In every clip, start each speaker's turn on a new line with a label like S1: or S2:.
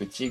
S1: 内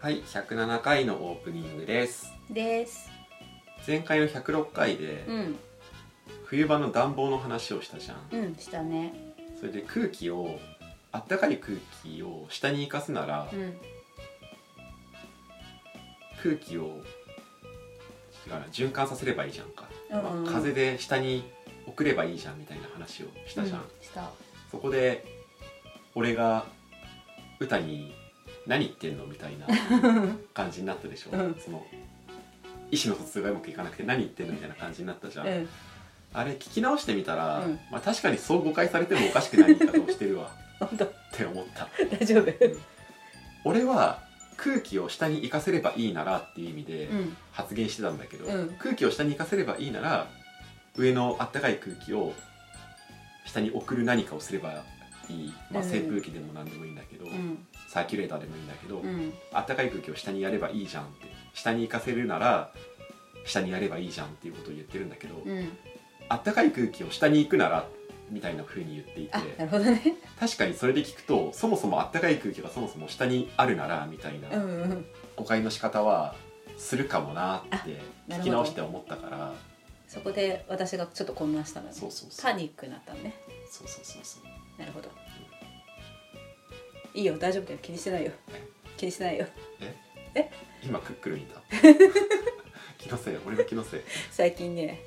S1: はい107回のオープニングです
S2: です
S1: 前回の106回で
S2: うん
S1: 冬場の暖房の話をしたじゃん
S2: うんしたね
S1: それで空気をあったかい空気を下に行かすなら、
S2: うん
S1: 空気を違うな循環させればいいじゃんか、
S2: うんうん
S1: まあ風で下に送ればいいじゃんみたいな話をしたじゃん、
S2: した
S1: そこで俺が歌に「何言ってんの?」みた いな感じになったでしょ、
S2: うん
S1: その意思の疎通がうまくいかなくて「何言ってんの?」みたいな感じになったじゃん、
S2: うん
S1: あれ聞き直してみたら、
S2: うん
S1: まあ、確かにそう誤解されてもおかしくない言い方をしてるわ
S2: 本当
S1: って思った
S2: 大丈夫
S1: 俺は空気を下に行かせればいいならっていう意味で、
S2: うん
S1: 発言してたんだけど、
S2: うん
S1: 空気を下に行かせればいいなら上のあったかい空気を下に送る何かをすればいい、まあ、
S2: うん
S1: 扇風機でも何でもいいんだけど、
S2: うん
S1: サーキュレーターでもいいんだけど、
S2: うん
S1: あったかい空気を下にやればいいじゃんって下に行かせるなら下にやればいいじゃんっていうことを言ってるんだけど、
S2: うん
S1: あったかい空気を下に行くならみたいな風に言っていて
S2: あなるほどね
S1: 確かにそれで聞くとそもそもあったかい空気がそもそも下にあるならみたいな、
S2: うんうん
S1: 誤解の仕方はするかもなっ
S2: あ
S1: て
S2: なるほど
S1: 聞き直して思ったから
S2: そこで私がちょっと混乱したのよ
S1: そうそうそう
S2: パニックになったのね
S1: そうそうそうそう
S2: なるほどいいよ大丈夫だよ気にしてないよ気にしてないよ
S1: 今クックルにいた 気のせい俺の気のせい
S2: 最近ね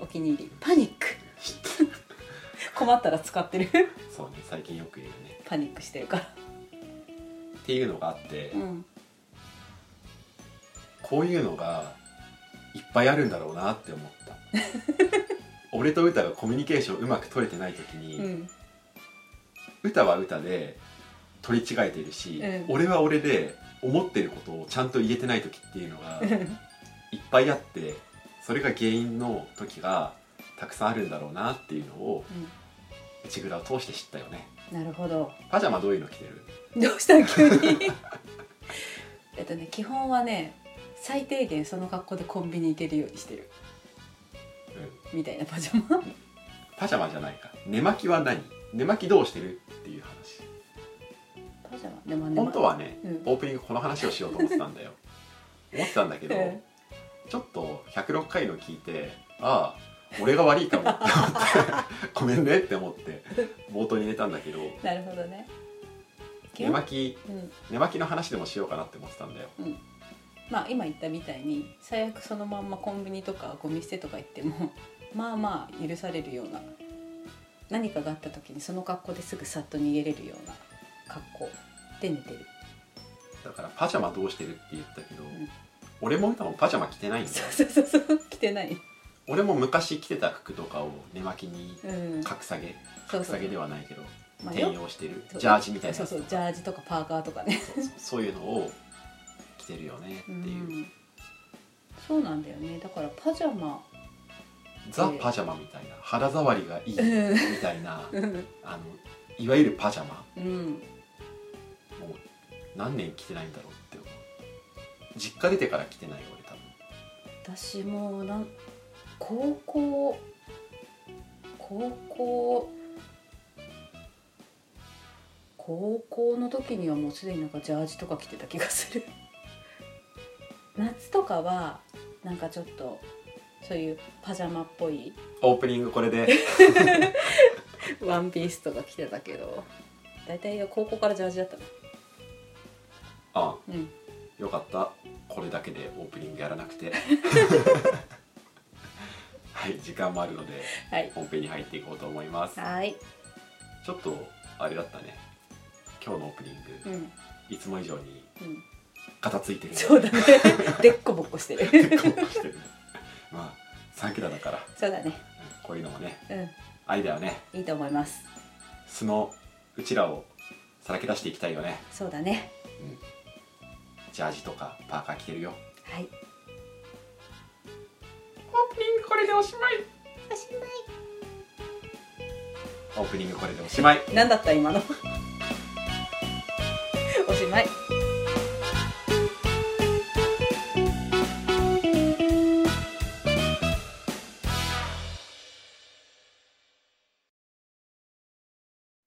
S2: お気に入りパニック
S1: 知ってる
S2: 困ったら使 ってる
S1: そうね最近よく言うね
S2: パニックしてるから
S1: っていうのがあって、
S2: うん
S1: こういうのがいっぱいあるんだろうなって思った 俺と歌がコミュニケーションうまく取れてない時に、
S2: うん
S1: 歌は歌で取り違えてるし、
S2: うん
S1: 俺は俺で思ってることをちゃんと言えてない時っていうのが
S2: うん
S1: いっぱいあってそれが原因の時がたくさんあるんだろうなっていうのを内蔵を通して知ったよね
S2: なるほど
S1: パジャマどういうの着てる
S2: どうしたん急 にえっとね基本はね最低限その格好でコンビニ行けるようにしてる
S1: う
S2: みたいなパジャマ
S1: パジャマじゃないか寝巻きは何寝巻きどうしてるっていう話
S2: パジャマでも
S1: 本当はね、
S2: うん
S1: オープニングこの話をしようと思ってたん だよ思ってたんだけど、
S2: うん
S1: ちょっと106回の聞いてああ俺が悪いかもって思ってごめんねって思って冒頭に入れたんだけど
S2: なるほどね
S1: 寝巻き
S2: うん、
S1: 寝巻きの話でもしようかなって思ってたんだよ
S2: まあ今言ったみたいに最悪そのまんまコンビニとかゴミ捨てとか行っても まあまあ許されるような何かがあった時にその格好ですぐさっと逃げれるような格好で寝てる
S1: だからパジャマどうしてるって言ったけど、
S2: ん
S1: 俺も歌もパジャマ着てないんだよ
S2: そうそうそうそう着てない、
S1: 俺も昔着てた服とかを寝巻きに
S2: うん、
S1: 格下げ
S2: そう
S1: 格
S2: そ
S1: 下
S2: う
S1: げではないけど
S2: まあ
S1: 転用してるジャージみたいな
S2: そ
S1: や
S2: う
S1: つ
S2: そう
S1: と
S2: ジ
S1: か
S2: ャージとかパーカーとかね
S1: そうそうそういうのを着てるよねって
S2: う
S1: いう、
S2: んそうなんだよねだからパジャ マ
S1: ザ・パジャマみたいな肌触りがいいみ
S2: う
S1: たいな
S2: うん、
S1: あのいわゆるパジャマ
S2: うん、
S1: もう何年着てないんだろうって思う実家出てから着てないよ俺多分
S2: 私もなん高校高校高校の時にはもうすでになんかジャージとか着てた気がする 夏とかはなんかちょっとそういうパジャマっぽい
S1: オープニングこれで
S2: ワンピースとか着てたけど大体高校からジャージだったの
S1: あ
S2: うん
S1: よかったこれだけでオープニングやらなく てはい時間もあるので
S2: はい
S1: 本編に入っていこうと思います
S2: はい
S1: ちょっとあれだったね今日のオープニン
S2: う
S1: グ、
S2: ん
S1: いつも以上に
S2: うん
S1: ガタついてる
S2: そうだね でっこぼっこしてる
S1: 結構してるねまあサンキュラだから
S2: そうだね
S1: こういうのもね
S2: う
S1: 愛だよね
S2: んいいと思います
S1: 素のうちらをさらけ出していきたいよね、
S2: そうだね
S1: うん、ジャージとかパーカー着てるよ
S2: はい
S1: オープニングこれでおしまい
S2: おし
S1: オープニングこれでおしまい
S2: まいなんだった今の おしまい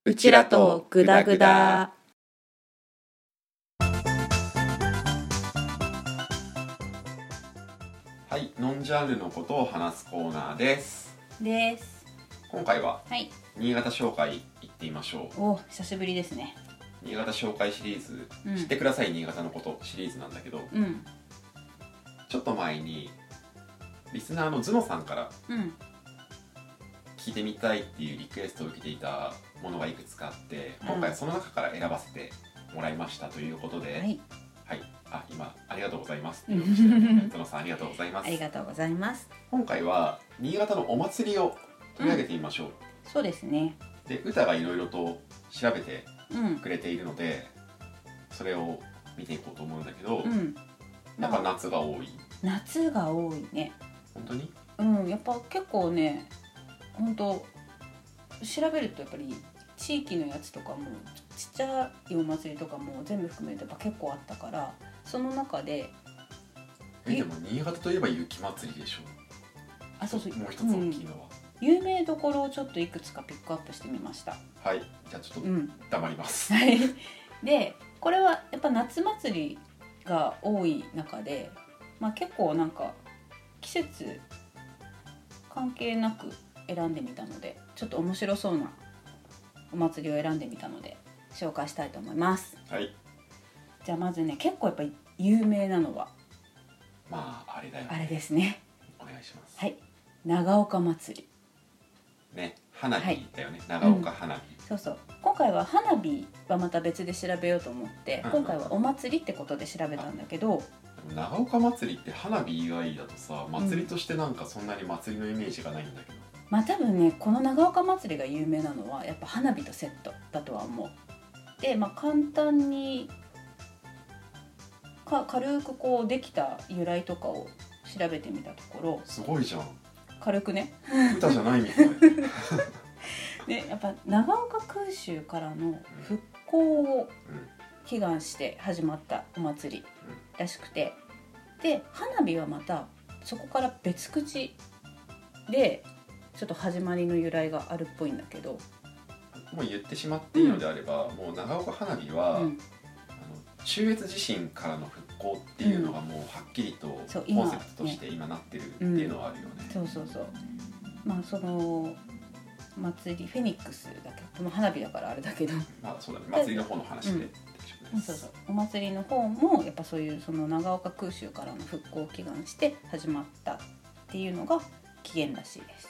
S3: うちらとグダグダ
S1: はいノンジャンルのことを話すコーナーです
S2: です
S1: 今回は
S2: はい
S1: 新潟紹介行ってみましょ
S2: お久しぶりですね
S1: う新潟紹介シリーズ、
S2: うん
S1: 知ってください新潟のことシリーズなんだけど
S2: うん
S1: ちょっと前にリスナーのズノさんから
S2: うん
S1: 聞いてみたいっていうリクエストを受けていたものがいくつかあって
S2: うん
S1: 今回はその中から選ばせてもらいましたということで、
S2: はい
S1: はい、あ 今ありがとうございますって言いましたねズノさんありがとうございま
S2: あ
S1: す
S2: りがとうございます
S1: 今回は新潟のお祭りを取り上げてみましょう、
S2: そうですね
S1: で歌がいろいろと調べて
S2: うん
S1: くれているのでそれを見ていこうと思うんだけど、
S2: うん
S1: やっぱ夏が多い
S2: 夏が多いね
S1: 本当に
S2: うんやっぱ結構ね本当調べるとやっぱり地域のやつとかもちっちゃいお祭りとかも全部含めるとやっぱ結構あったからその中で
S1: え
S2: え
S1: でも新潟といえば雪祭りでしょ
S2: あそうそう
S1: もう一つ大きい
S2: うん
S1: のは、
S2: 有名どころをちょっといくつかピックアップしてみました。
S1: はいじゃあちょっ
S2: う
S1: と
S2: ん
S1: 黙ります、
S2: はい、でこれはやっぱ夏祭りが多い中で、まあ、結構なんか季節関係なく選んでみたのでちょっと面白そうなお祭りを選んでみたので紹介したいと思います
S1: はい
S2: じゃあまずね結構やっぱり有名なのは
S1: まああれだよ
S2: あれですね
S1: お願いします、
S2: はい長岡祭り
S1: ね花火だよね、長岡花火、
S2: そうそう今回は花火はまた別で調べようと思って今回はお祭りってことで調べたんだけど
S1: でも長岡祭りって花火以外だとさ祭りとしてなんかそんなに祭りのイメージがないんだけど、
S2: まあ多分ねこの長岡祭りが有名なのはやっぱ花火とセットだとは思う。でまあ簡単にか軽くこうできた由来とかを調べてみたところ
S1: すごいじゃん
S2: 軽くね
S1: 歌じゃないみたい
S2: ねやっぱ長岡空襲からの復興を祈願して始まったお祭りらしくてで花火はまたそこから別口でちょっと始まりの由来があるっぽいんだけど。
S1: もう言ってしまっていいのであれば、もう長岡花火は、
S2: うん
S1: あの中越地震からの復興っていうのがもうはっきりとコンセ
S2: そう今
S1: プトとして今なってるっていうのはあるよね、
S2: そうそうそうまあその祭りフェニックスだけどもう花火だからあれだけど
S1: まあそうだね祭りの方の話で、
S2: うんそうそうお祭りの方もやっぱそういうその長岡空襲からの復興を祈願して始まったっていうのが起源らしいです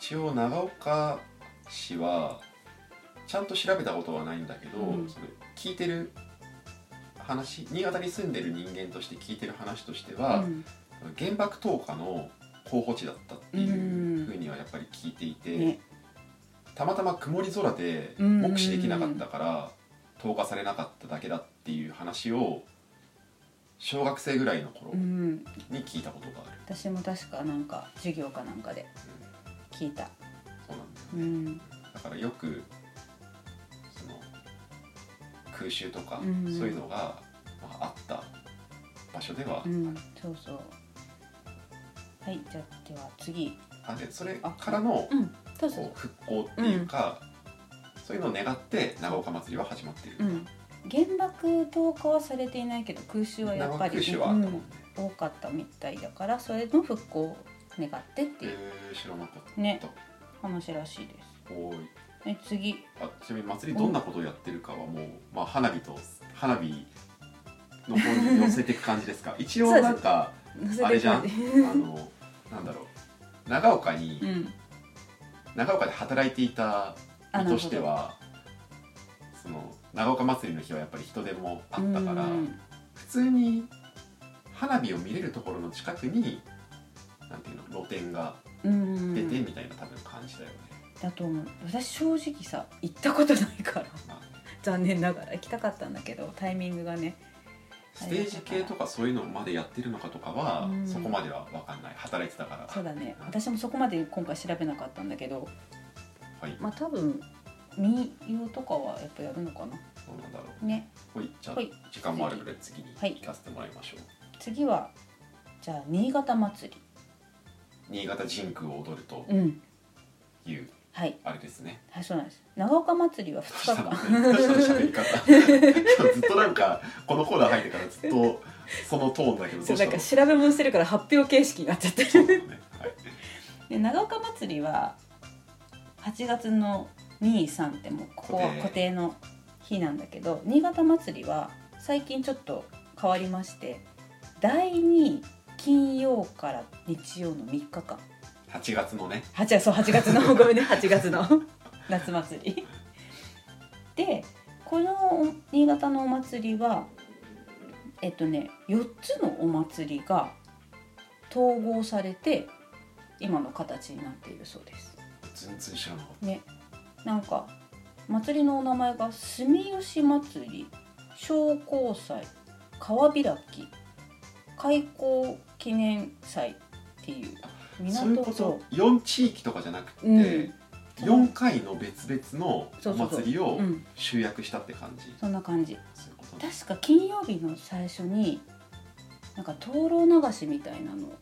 S1: 一応長岡市はちゃんと調べたことはないんだけど、
S2: うん
S1: それ聞いてる話新潟に住んでる人間として聞いてる話としては、
S2: うん
S1: 原爆投下の候補地だったっていうふうにはやっぱり聞いていて、
S2: ね
S1: たまたま曇り空で
S2: うん
S1: 目視できなかったから投下されなかっただけだっていう話を小学生ぐらいの頃
S2: うん
S1: に聞いたことがある、
S2: 私も確かなんか授業かなんかで聞いた
S1: そうなんだよね
S2: うん
S1: だからよくその空襲とか
S2: うん
S1: そういうのが、まあ、あった場所では、
S2: うんそうそうはいじゃあでは次
S1: あでそれからの
S2: うんそうそう
S1: こう復興っていうか、そういうのを願って長岡祭りは始まっている、
S2: うん原爆投下はされていないけど空襲はや
S1: 長
S2: っ
S1: 岡
S2: ぱり
S1: 空襲はあったもんね、
S2: うん多かったみたいだからそれの復興を願ってっていう
S1: えー知らなかった
S2: ね話らしいです
S1: おーい
S2: え次
S1: あちなみに祭りどんなことをやってるかはもう、まあ、花火と花火の方に寄せていく感じで すか一応なんか
S2: 載
S1: あれじゃん
S2: くれて
S1: あのなんだろう長岡に、
S2: うん
S1: 長岡で働いていた
S2: あ
S1: 身
S2: なる
S1: と
S2: ほ
S1: し
S2: ど
S1: てはその長岡祭りの日はやっぱり人手もあったから、
S2: うん
S1: 普通に花火を見れるところの近くになんていうの露店が
S2: うんうん
S1: 出て
S2: うん
S1: みたいな多分感じだよね、
S2: だと思う私正直さ行ったことないから
S1: まあ
S2: 残念ながら行きたかったんだけどタイミングがね
S1: ステージ系とかそういうのまでやってるのかとかは、
S2: うん
S1: そこまでは分かんない働いてたから
S2: そうだね私もそこまで今回調べなかったんだけど
S1: はい
S2: まあ多分民謡とかはやっぱやるのかな
S1: そうなんだろ
S2: ね
S1: うはいじゃあ
S2: はい
S1: 時間もあるので次に
S2: はい
S1: 行かせてもらいましょう、
S2: 次はじゃあ新潟祭
S1: 新潟神宮を踊ると
S2: りうん
S1: いう、
S2: はい
S1: あれですね
S2: はいそうなんです長岡祭りは2日間
S1: 喋り方今日ずっとなんかこのコーナー入ってからず っとそのトーンだけどど
S2: そうう
S1: した
S2: なん
S1: の
S2: か調べ物してるから発表形式になっちゃって
S1: そう
S2: る
S1: だねはい
S2: で長岡祭りは8月の23ってもうここは固
S1: 固
S2: 定の日なんだけど新潟祭りは最近ちょっと変わりまして第2金曜から日曜の3日間
S1: 8月のね
S2: 8月そう8月のごめんね8月の夏祭りでこの新潟のお祭りはえっとね4つのお祭りが統合されて今の形になっているそうです
S1: 全然知らなかっ
S2: ねなんか祭りのお名前が住吉祭り商工祭川開き開港記念祭っていう
S1: たそういうこ
S2: そう
S1: と4地域とかじゃなくて、
S2: うん
S1: 4回の別々の
S2: そうそう
S1: お
S2: そう
S1: 祭りを
S2: うん
S1: 集約したって感じ
S2: そんな感じ
S1: そういうことね
S2: 確か金曜日の最初になんか灯籠流しみたいなのを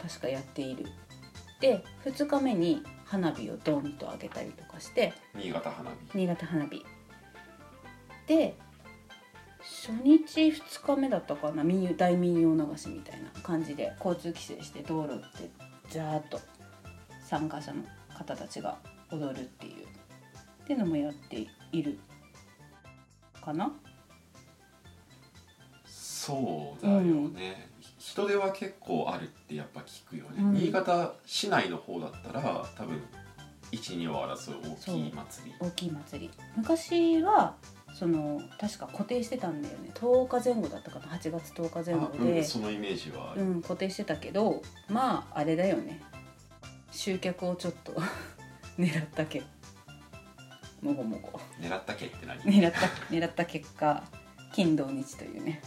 S2: 確かやっているで2日目に花火をドンと上げたりとかして
S1: 新潟花火
S2: 新潟花火で初日2日目だったかな民謡大民謡流しみたいな感じで交通規制して道路ってザーッと参加者の方たちが踊るっていうっていうのもやっているかな
S1: そうだよね、人手は結構あるってやっぱ聞くよね、
S2: うん
S1: 新潟市内の方だったら多分12を争う大きい祭り
S2: 大きい祭り昔はその確か固定してたんだよね10日前後だったかな8月10日前
S1: あ
S2: 後
S1: う
S2: で
S1: ん、、そのイメージはあ
S2: う
S1: る、
S2: ん、固定してたけどまああれだよね集客をちょっと 狙ったけもごもご
S1: 狙ったけって何、
S2: 狙った狙った結果金土日というね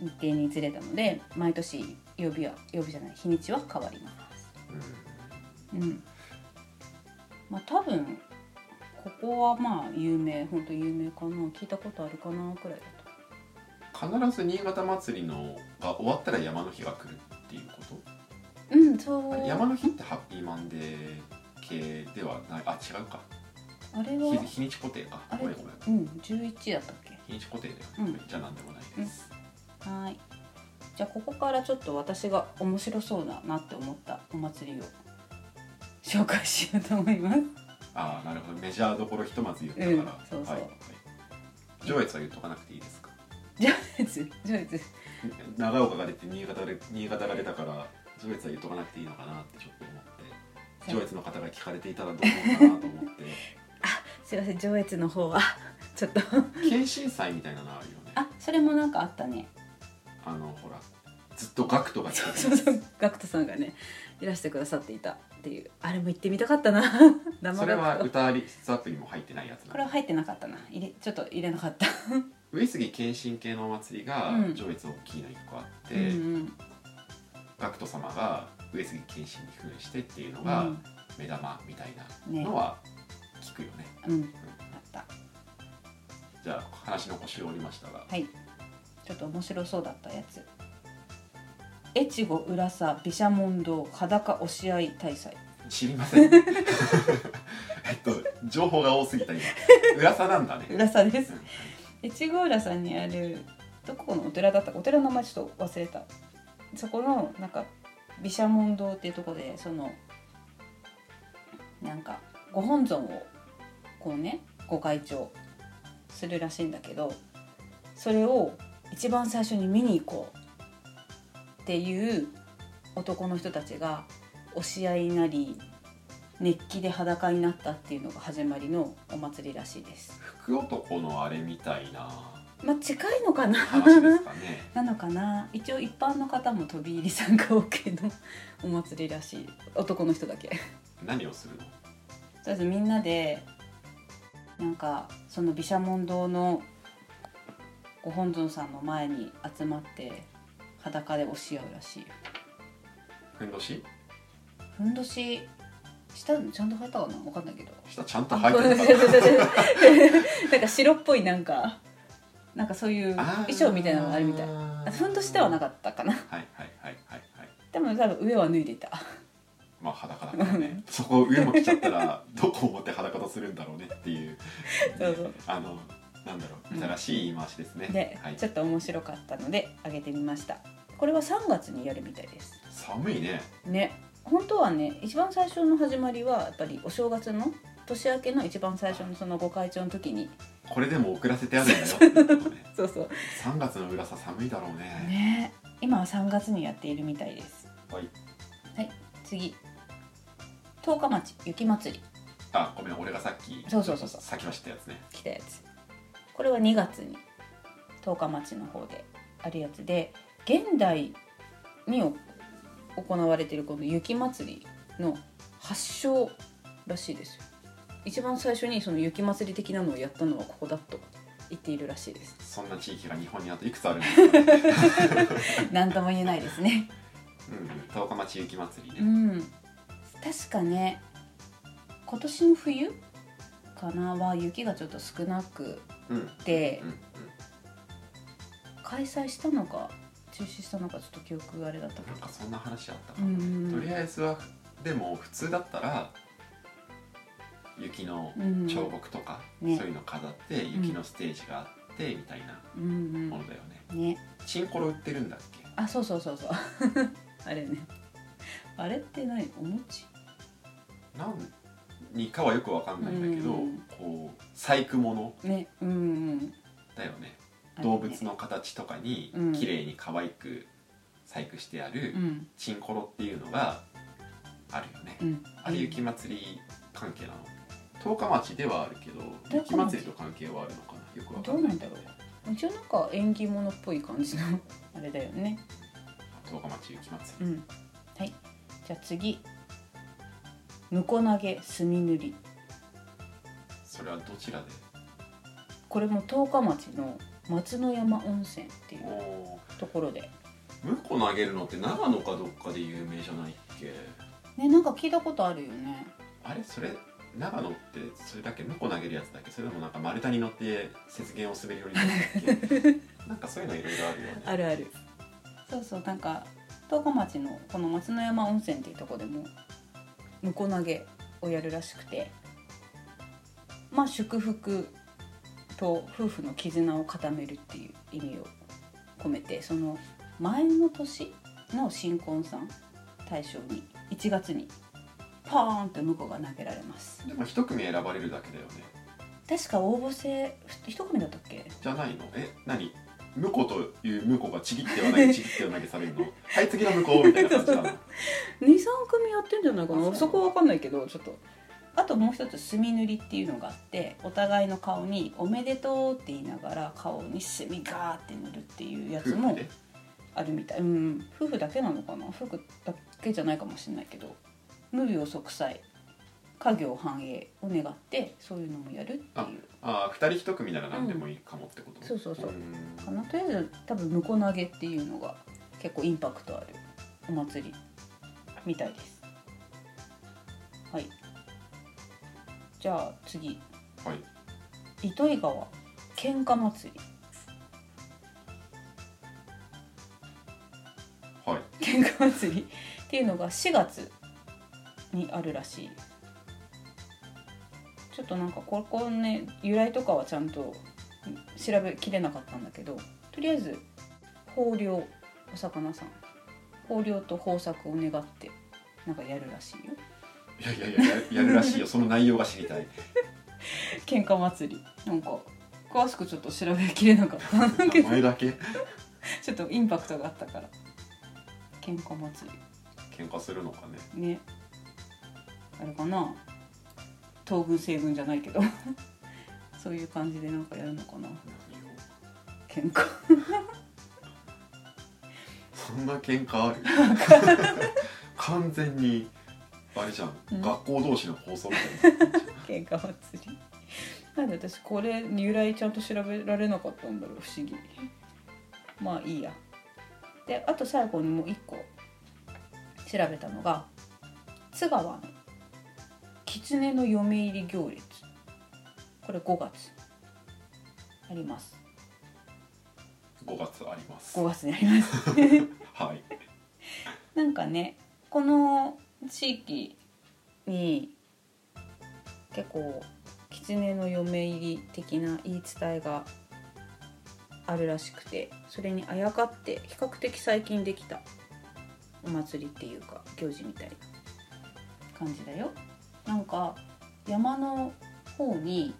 S2: 日程にずれたので毎年曜日は曜日じゃない日にちは変わりますうん、まあ多分ここはまあ有名本当有名かな聞いたことあるかなくらいだと
S1: うん、必ず新潟祭りのが終わったら山の日が来るっていうこ
S2: うんそう
S1: と、あれ山の日ってハッピーマンデー系ではないあ違うか
S2: あれ
S1: 日
S2: は
S1: 日にち固定か
S2: あれ
S1: ごめん
S2: う
S1: ごめん
S2: ん11だったっけ
S1: 日にち固定だよ、
S2: うん
S1: じゃあ何でもないです、
S2: はーいじゃあここからちょっと私が面白そうだなって思ったお祭りを紹介しようと思います
S1: ああなるほどメジャーどころひとまず言ったから、
S2: うんそうそう
S1: はいはい、上越は言っとかなくていいですか
S2: 上越
S1: 長岡が出て新潟で新潟が出たから上越は言っとかなくていいのかなってちょっと思って上越の方が聞かれていたらどう思うかなと思って
S2: すいません上越の方はちょっと
S1: 謙信祭みたいなのあるよね
S2: あそれもなんかあったね
S1: あのほらずっとガクトが
S2: そう
S1: 近
S2: そうそうガクトさんがねいらしてくださっていたっていうあれも行ってみたかった な生
S1: それは
S2: ガクト
S1: 歌リストアプリも入ってないやつ
S2: これ
S1: な
S2: は
S1: の
S2: 入ってなかったな入れちょっと入れなかった、
S1: 上杉謙信系のお祭りが
S2: うん
S1: 上越大きいの一個あって、
S2: うんうん
S1: ガクト様が上杉謙信に扮してっていうの
S2: う
S1: が
S2: ん
S1: 目玉みたいな
S2: ね
S1: のは聞くよね
S2: うんあった
S1: じゃあ話の腰を折りましたが
S2: はいちょっと面白そうだったやつ越後浦佐毘沙門堂裸押し合い大祭
S1: 知りま せんえっと情報が多すぎた今裏さなんだね
S2: 浦佐です
S1: うん
S2: 越後浦さんにあるどこのお寺だったかお寺の名前ちょっと忘れたそこのなんか毘沙門堂っていうところでそのなんかご本尊をこうねご開帳するらしいんだけどそれを一番最初に見に行こうっていう男の人たちが押し合いなり熱気で裸になったっていうのが始まりのお祭りらしいです。
S1: 福男のあれみたいな
S2: まあ近いのかな
S1: 話ですかね
S2: なのかな一応一般の方も飛び入り参加 OK のお祭りらしい男の人だけ。
S1: 何をするの
S2: とりあえずみんなでなんかその毘沙門堂のご本尊さんの前に集まって裸で押し合うらしいよ
S1: ふんどし
S2: ふんどししたのちゃんと入ったかなわかんないけど
S1: 下ちゃんと入ってなかっ
S2: なんか白っぽいなんかなんかそういう
S1: た
S2: 衣装みたいなのがあるみたい
S1: い
S2: ふんどしではな
S1: か
S2: かったかな
S1: はいはいはいはいはい
S2: でも多分上は脱いでた
S1: まあ裸だからねそこ上も来ちゃったらどこを持って裸とするんだろうねっていう
S2: そうそう
S1: あのなんだろう新しい言い回しですね、
S2: で、
S1: はい
S2: ち、ょっと面白かったので上げてみましたこれは3月にやるみたいです
S1: 寒いね
S2: ね本当はね一番最初の始まりはやっぱりお正月の年明けの一番最初のそのご会長の時に
S1: これでも遅らせてあるんだよっていうことね
S2: そうそう
S1: 3月の裏さ寒いだろうね
S2: ね今は3月にやっているみたいです
S1: はい
S2: 次十日町雪まつり
S1: あごめん俺がさっき
S2: そうそうそうそう
S1: 先走ったやつね
S2: 来たやつこれは2月に十日町の方であるやつで現代にお行われているこの雪まつりの発祥らしいですよ一番最初にその雪まつり的なのをやったのはここだと言っているらしいです
S1: そんな地域が日本にあといくつあるんですか、ね、
S2: 何とも言えないですね
S1: うん十日町雪まつり
S2: う
S1: ね、
S2: ん確かね今年の冬かなは雪がちょっと少なく
S1: うん、うん
S2: て、
S1: うん
S2: 開催したのか中止したのかちょっと記憶があれだったけ
S1: なん
S2: ど
S1: かそんな話あったか
S2: う
S1: な、
S2: ん
S1: とりあえずはでも普通だったら雪の
S2: うん
S1: 彫刻とか、
S2: うんね
S1: そういうの飾って雪のステージがあってみたいな
S2: うん
S1: ものだよね、
S2: うんね
S1: チンコロ売ってるんだっけ
S2: あそうそうそうそう あれねあれって何お餅
S1: 何にかはよくわかんないんだけど、
S2: うん
S1: こう細工物
S2: ねうんうん
S1: だよね
S2: あれね
S1: 動物の形とかに
S2: うん
S1: 綺麗に可愛く細工してある
S2: うん
S1: チンコロっていうのがあるよね、
S2: うん
S1: あれ雪まつり関係なの十日町ではあるけど
S2: 十日町
S1: 雪まつりと関係はあるのかなよくわかんない
S2: どうなんだろ一応なんか縁起物っぽい感じの あれだよね
S1: 十日町雪まつ
S2: う
S1: り、
S2: んはいじゃあ次婿投げ墨塗り
S1: それはどちらで
S2: これも十日町の松の山温泉っていう
S1: お
S2: ところで
S1: 向こう投げるのって長野かどっかで有名じゃないっけ
S2: ねなんか聞いたことあるよね
S1: あれそれ長野ってそれだけ向こう投げるやつだっけそれでもなんか丸太に乗って雪原を滑り降りるやつだっ けなんかそういうのいろいろあるよね
S2: るあるそうそうなんか十日町のこの松の山温泉っていうとこでも婿投げをやるらしくてまあ祝福と夫婦の絆を固めるっていう意味を込めてその前の年の新婚さん対象に1月にパーンと婿が投げられます
S1: でも一組選ばれるだけだよね
S2: 確か応募制ふ一組だったっけ
S1: じゃないのえ何向こうという向こうがちぎっては投げちぎっては投げされるの はい次の向こうみたいな感じ なの
S2: 23組やってんじゃないか
S1: あそうな
S2: な
S1: の
S2: そこは分かんないけどちょっとあともう一つ墨塗りっていうのがあってお互いの顔に「おめでとう」って言いながら顔に墨ガーって塗るっていうやつ
S1: 夫婦
S2: も
S1: で
S2: あるみたいうん夫婦だけなのかな夫婦だけじゃないかもしれないけど無病息災家業繁栄を願ってそういうのもやるっていう
S1: ああ二人一組なら何でもいいかもってこと、
S2: うんそうそうそう
S1: ーん
S2: かなとりあえず多分向こう投げっていうのが結構インパクトあるお祭りみたいですはいじゃあ次
S1: はい
S2: 糸魚川喧嘩祭り
S1: はい
S2: 喧嘩祭りっていうのが4月にあるらしいちょっとなんかここね由来とかはちゃんと調べきれなかったんだけどとりあえず豊漁お魚さん豊漁と豊作を願ってなんかやるらしいよ
S1: いやいやいやややるらしいよ その内容が知りたい
S2: 喧嘩祭りなんか詳しくちょっと調べきれなかった
S1: 名 前だけ
S2: ちょっとインパクトがあったから喧嘩祭
S1: 喧嘩するのかね
S2: りねあれかな東軍西軍じゃないけど そういう感じでなんかやるのかな
S1: 何を
S2: 喧嘩
S1: そんな喧嘩ある 完全にあれじゃん、
S2: うん
S1: 学校同士の放送みた いな
S2: 喧嘩祭りなんで私これ由来ちゃんと調べられなかったんだろう不思議まあいいやであと最後にもう一個調べたのが津川の狐の嫁入り行列これ5月あります
S1: 5月あります
S2: 5
S1: は
S2: 月にあります
S1: い
S2: なんかねこの地域に結構狐の嫁入り的な言い伝えがあるらしくてそれにあやかって比較的最近できたお祭りっていうか行事みたいな感じだよ。なんか山の方に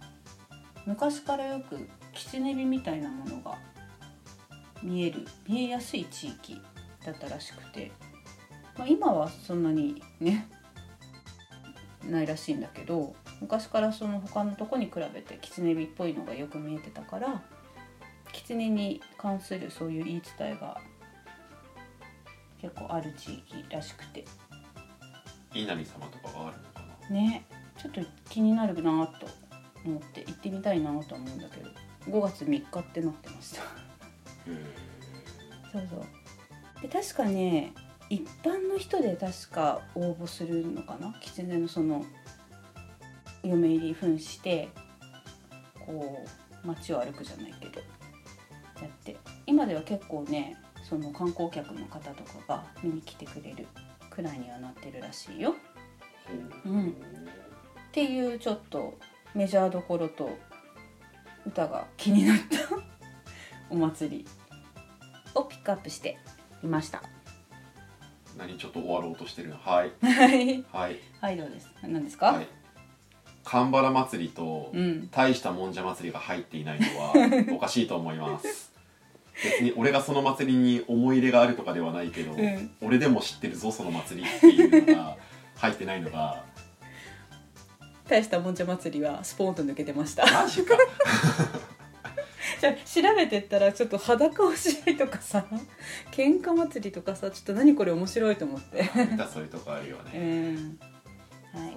S2: 昔からよく狐火みたいなものが見える見えやすい地域だったらしくて、まあ、今はそんなにねないらしいんだけど昔からその他のとこに比べて狐火っぽいのがよく見えてたから狐に関するそういう言い伝えが結構ある地域らしくて
S1: 稲荷様とかがあるのかな
S2: ねちょっと気になるなと思って行ってみたいなとは思うんだけど5月3日ってなってました。そうそうで確かね一般の人で確か応募するのかな狐のその嫁入り扮してこう街を歩くじゃないけどやって今では結構ねその観光客の方とかが見に来てくれるくらいにはなってるらしいよ。
S1: ほう
S2: うんっていうちょっとメジャーどころと歌が気になった お祭りをピックアップしてみました。
S1: 何ちょっと終わろうとしてるのはい
S2: はい、
S1: はい
S2: はい、どうです。何ですか。
S1: はい神原祭りと
S2: うん、
S1: 大したもんじゃ祭りが入っていないの はおかしいと思います別に俺がその祭りに思い入れがあるとかではないけど、
S2: ん
S1: 俺でも知ってるぞその祭りっていうのが入ってないのが
S2: 大したもんじゃ祭りはスポーンと抜けてました。
S1: マジか
S2: じゃあ、調べてったら、ちょっと裸をしないとかさ。喧嘩祭りとかさ、ちょっと何これ面白いと思って。
S1: 見たそういうとこあるよ
S2: う
S1: ね。
S2: ん。
S1: そ
S2: は
S1: う
S2: い
S1: ね。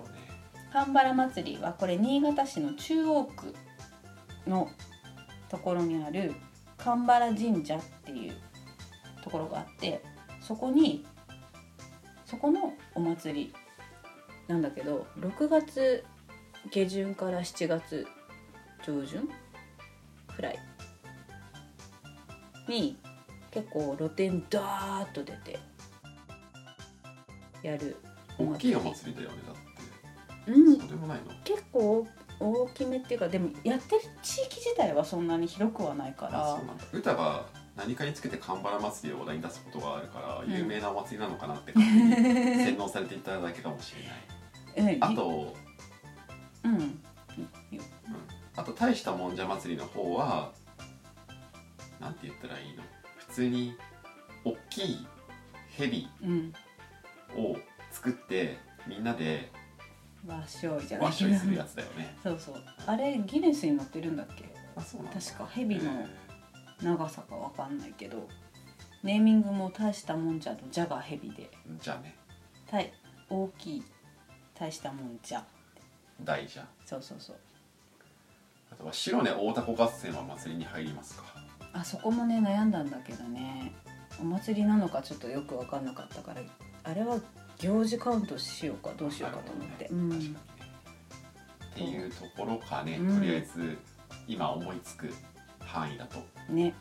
S2: 半原祭りはこれ新潟市の中央区のところにある神原神社っていうところがあってそこにそこのお祭りなんだけど6月下旬から7月上旬くらいに結構露店ダーッと出てやるお
S1: 大きいお
S2: 祭
S1: 祭りだよねだっ
S2: り。うん
S1: て。そうでもないの。
S2: 結構大きめっていうかでもやってる地域自体はそんなに広くはないか
S1: あ、そう
S2: ら
S1: なんだ。歌が何かにつけて神原祭りを話題に出すことがあるから、
S2: うん
S1: 有名なお祭りなのかなって感じに洗脳されていただけかもし れない。
S2: うん
S1: あと、
S2: うん
S1: あと大したもんじゃ祭りの方は、なんて言ったらいいの？普通に大きい蛇
S2: うん
S1: を作ってみんなで
S2: 和尚じゃない
S1: ワッショイするやつだよね。
S2: そうそうあれギネスに載ってるんだっけ
S1: あ、そうなんだ。
S2: 確か蛇の長さかわかんないけどネーミングも大したもんじゃの「じゃ」が蛇で
S1: じゃあね、
S2: たい大きい大したもんじゃ
S1: 大じゃん。
S2: そうそうそう
S1: あとは白根大凧合戦は祭りに入りますか
S2: あそこもね悩んだんだけどねお祭りなのかちょっとよく分かんなかったからあれは行事カウントしようかどうしようかと思って、う
S1: なるほどね
S2: ん、
S1: 確かにねっていうところかね、
S2: うん
S1: とりあえず今思いつく範囲だと
S2: ね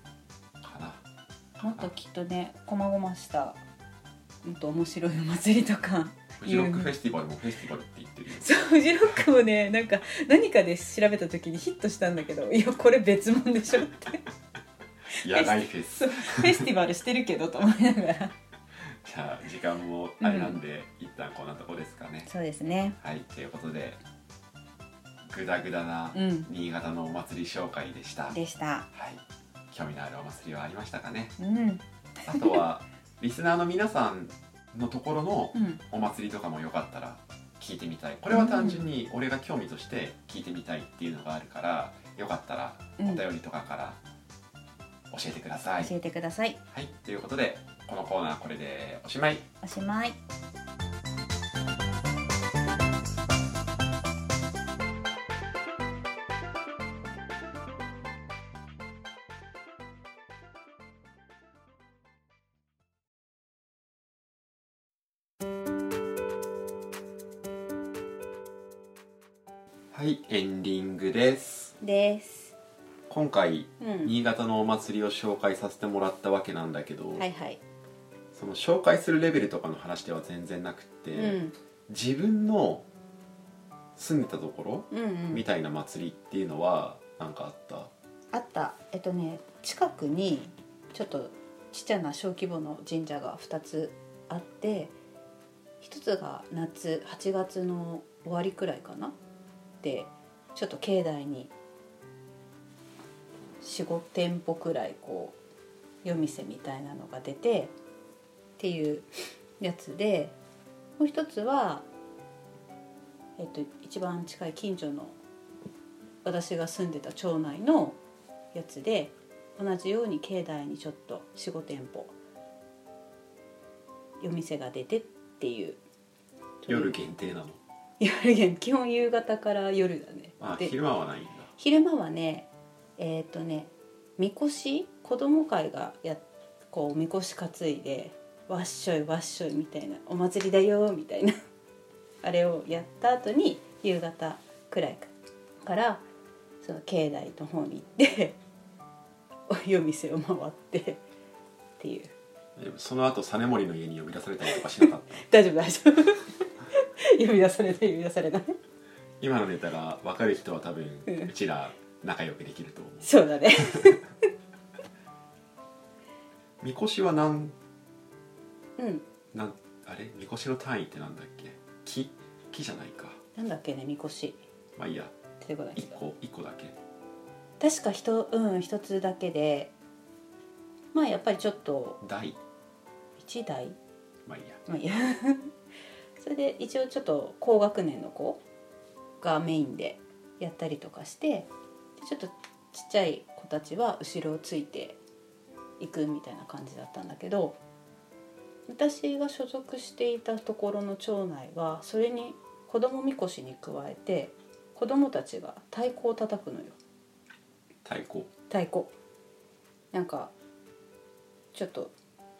S1: かな
S2: もっときっとねこまごましたもっと面白いお祭りとか
S1: フジロックフェスティバルもフェスティバルって言ってるよ
S2: そうフジロックもねなんか何かで調べた時にヒットしたんだけどいやこれ別物でしょって
S1: 野外フェス
S2: そうフェスティバルしてるけどと思いながら
S1: じゃあ時間もあれなんで、一旦こんなとこですかね。
S2: そうですね
S1: はいということでグダグダな
S2: うん
S1: 新潟のお祭り紹介でした。はい
S2: でした
S1: 興味のあるお祭りはありましたかね。
S2: うん
S1: あと はリスナーの皆さんのところの
S2: うん
S1: お祭りとかもよかったら聞いてみたいこれは単純に俺が興味として聞いてみたいっていうのがあるからよかったらお
S2: うん
S1: 便りとかから教えてください、
S2: 教えてください
S1: はいということでこのコーナーこれでおしまい
S2: おしまい
S1: はいエンディングです
S2: です
S1: 今回
S2: うん
S1: 新潟のお祭りを紹介させてもらったわけなんだけど、
S2: はいはい
S1: その紹介するレベルとかの話では全然なくって、
S2: うん
S1: 自分の住んでたところ、
S2: うんうん
S1: みたいな祭りっていうのはなんかあった
S2: あったえっとね近くにちょっとちっちゃな小規模の神社が2つあって1つが夏8月の終わりくらいかなでちょっと境内に45店舗くらいこう夜店みたいなのが出てっていうやつでもう一つは、えっと、一番近い近所の私が住んでた町内のやつで同じように境内にちょっと45店舗夜店が出てっていう
S1: 夜限定なの
S2: 夜限基本夕方から夜だね
S1: あ
S2: で
S1: 昼間はないんだ
S2: 昼間はねえっ、とねみこし子供会がやこうみこし担いでわっしょいわっしょいみたいなお祭りだよみたいな あれをやった後に夕方くらいからその境内の方に行ってお夜店を回ってっていう
S1: でもその後実森の家に呼び出されたりとかしなか った
S2: 大丈夫大丈夫呼び出されない呼び出されない
S1: 今のネタが分かる人は多分
S2: うん
S1: うちら仲良くできると思う
S2: そうだね
S1: みこしはなん
S2: うん
S1: なんあれみこしの単位ってなんだっけ木木じゃないか
S2: なんだっけねみこし
S1: まあいいや
S2: 出てこないけ
S1: 一
S2: ど
S1: 個一個だけ
S2: 確か一,、うん、一つだけでまあやっぱりちょっと
S1: 台
S2: 1台、
S1: まあいいや
S2: まあ、いや それで一応ちょっと高学年の子がメインでやったりとかしてでちょっとちっちゃい子たちは後ろをついていくみたいな感じだったんだけど私が所属していたところの町内はそれに子供みこしに加えて子供たちが太鼓を叩くのよ。
S1: 太鼓
S2: 太鼓なんかちょっと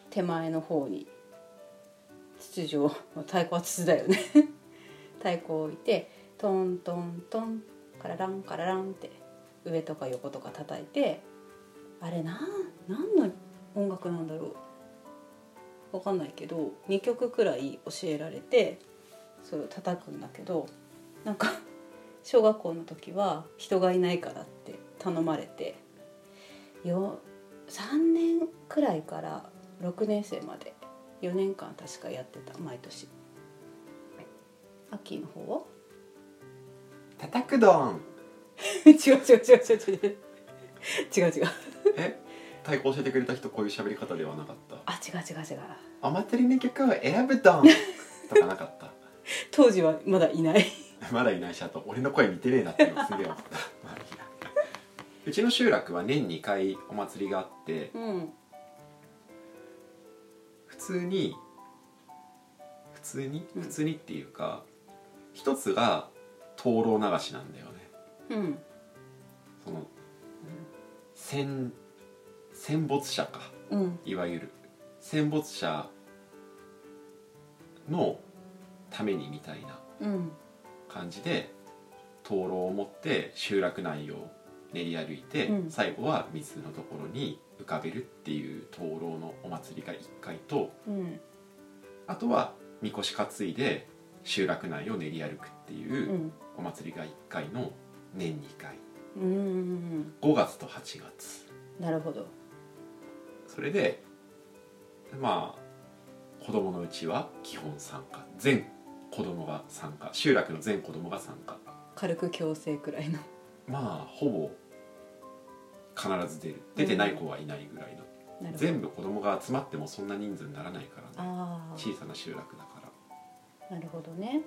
S2: 手前の方に筒状まあ太鼓は筒だよね 太鼓を置いてトントントンカラランカラランって上とか横とか叩いてあれなん何の音楽なんだろうわかんないけど2曲くらい教えられてそれを叩くんだけどなんか小学校の時は人がいないからって頼まれてよ3年くらいから6年生まで4年間確かやってた毎年秋の方は
S1: 叩くどん
S2: 違う違う違う違う違う違う違う
S1: え太鼓教えてくれた人こういう喋り方ではなかっ
S2: あ違う違う違う
S1: たお祭りの曲を選ぶどんとかなかった
S2: 当時はまだいない
S1: まだいないしあと俺の声似てねえなっていうのすげえ思った まあいいやうちの集落は年2回お祭りがあって
S2: うん
S1: 普通に普通に
S2: うん
S1: 普通にっていうか、一つが灯籠流しなんだよね
S2: うん
S1: その戦戦没者か
S2: うん
S1: いわゆる戦没者のためにみたいな
S2: うん
S1: 感じで灯籠を持って集落内を練り歩いて、
S2: うん
S1: 最後は水のところに浮かべるっていう灯籠のお祭りが1回と
S2: うん
S1: あとはみこし担いで集落内を練り歩くって
S2: う
S1: いうんお祭りが1回の年2回
S2: うんうん
S1: 5月と8月
S2: なるほど
S1: それでまあ子供のうちは基本参加全子供が参加集落の全子供が参加
S2: 軽く強制くらいの
S1: まあほぼ必ず出る出てない子はいないぐらいの、
S2: なるほど
S1: 全部子供が集まってもそんな人数にならないからね
S2: あ
S1: 小さな集落だからっ
S2: あなるほどね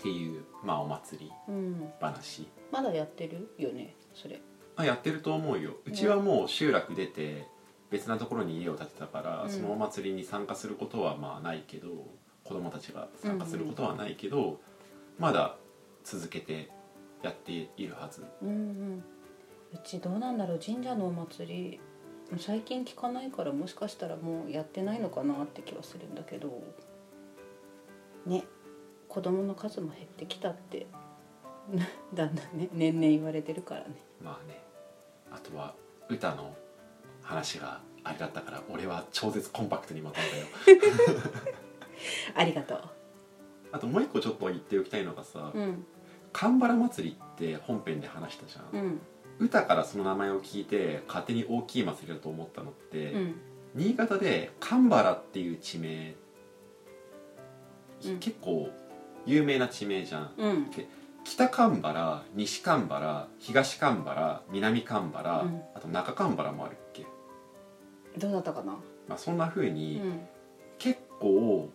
S1: ていうまあお祭り
S2: うん
S1: 話
S2: まだやってるよねそれ
S1: あやってると思うようちはもう集落出て別なところに家を建てたから、
S2: うん
S1: そのお祭りに参加することはまあないけど子供たちが参加することはないけど、まだ続けてやっているはず
S2: うんうんうちどうなんだろう神社のお祭り最近聞かないからもしかしたらもうやってないのかなって気はするんだけどね子供の数も減ってきたって だんだんね年々言われてるからね
S1: まあねあとは歌の話があれだったから俺は超絶コンパクトにまとめたよ
S2: ありがとう
S1: あともう一個ちょっと言っておきたいのがさ
S2: うん
S1: 神原祭りって本編で話したじゃ、
S2: うんん
S1: 歌からその名前を聞いて勝手に大きい祭りだと思ったのって、
S2: うん
S1: 新潟で神原っていう地名、
S2: うん
S1: 結構有名な地名じゃん
S2: うん
S1: 北神原西神原東神原南神原、
S2: うん
S1: あと中神原もあるっけ、
S2: どうだったかな
S1: まあ、そんな風
S2: う
S1: に、
S2: ん
S1: 結構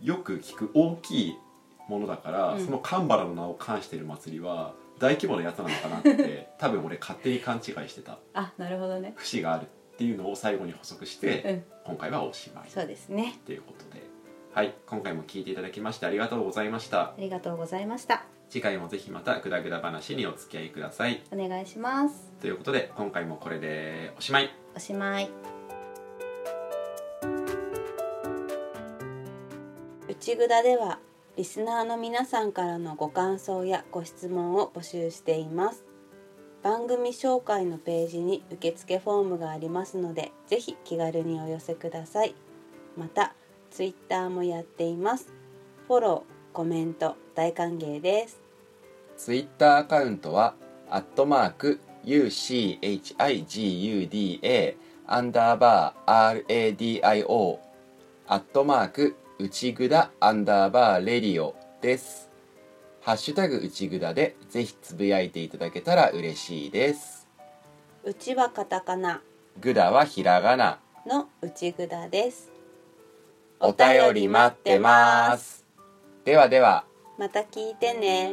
S1: よく聞く大きいものだから、
S2: うん
S1: その神原の名を冠してる祭りは大規模なやつなのかなって 多分俺勝手に勘違いしてた
S2: あなるほどね
S1: 節があるっていうのを最後に補足して、
S2: うん
S1: 今回はおしまい
S2: そうですね
S1: ということではい今回も聞いていただきましてありがとうございました
S2: ありがとうございました
S1: 次回もぜひまたグダグダ話にお付き合いください
S2: お願いします
S1: ということで今回もこれでおしまい
S2: おしまい内ぐだではリスナーの皆さんからのご感想やご質問を募集しています番組紹介のページに受付フォームがありますのでぜひ気軽にお寄せくださいまたツイッターもやっていますフォロー、コメント大歓迎です
S1: ツイッターアカウントは、アットマーク、UCHIGUDA、アンダーバー、RADIO、アットマーク、内ぐだ、アンダーバー、レディオです。ハッシュタグ内ぐだで、ぜひつぶやいていただけたら嬉しいです。
S2: うちはカタカナ
S1: ぐだはひらがな。
S2: の内ぐだです
S1: お便り待ってます。ではでは。
S2: また聞いてね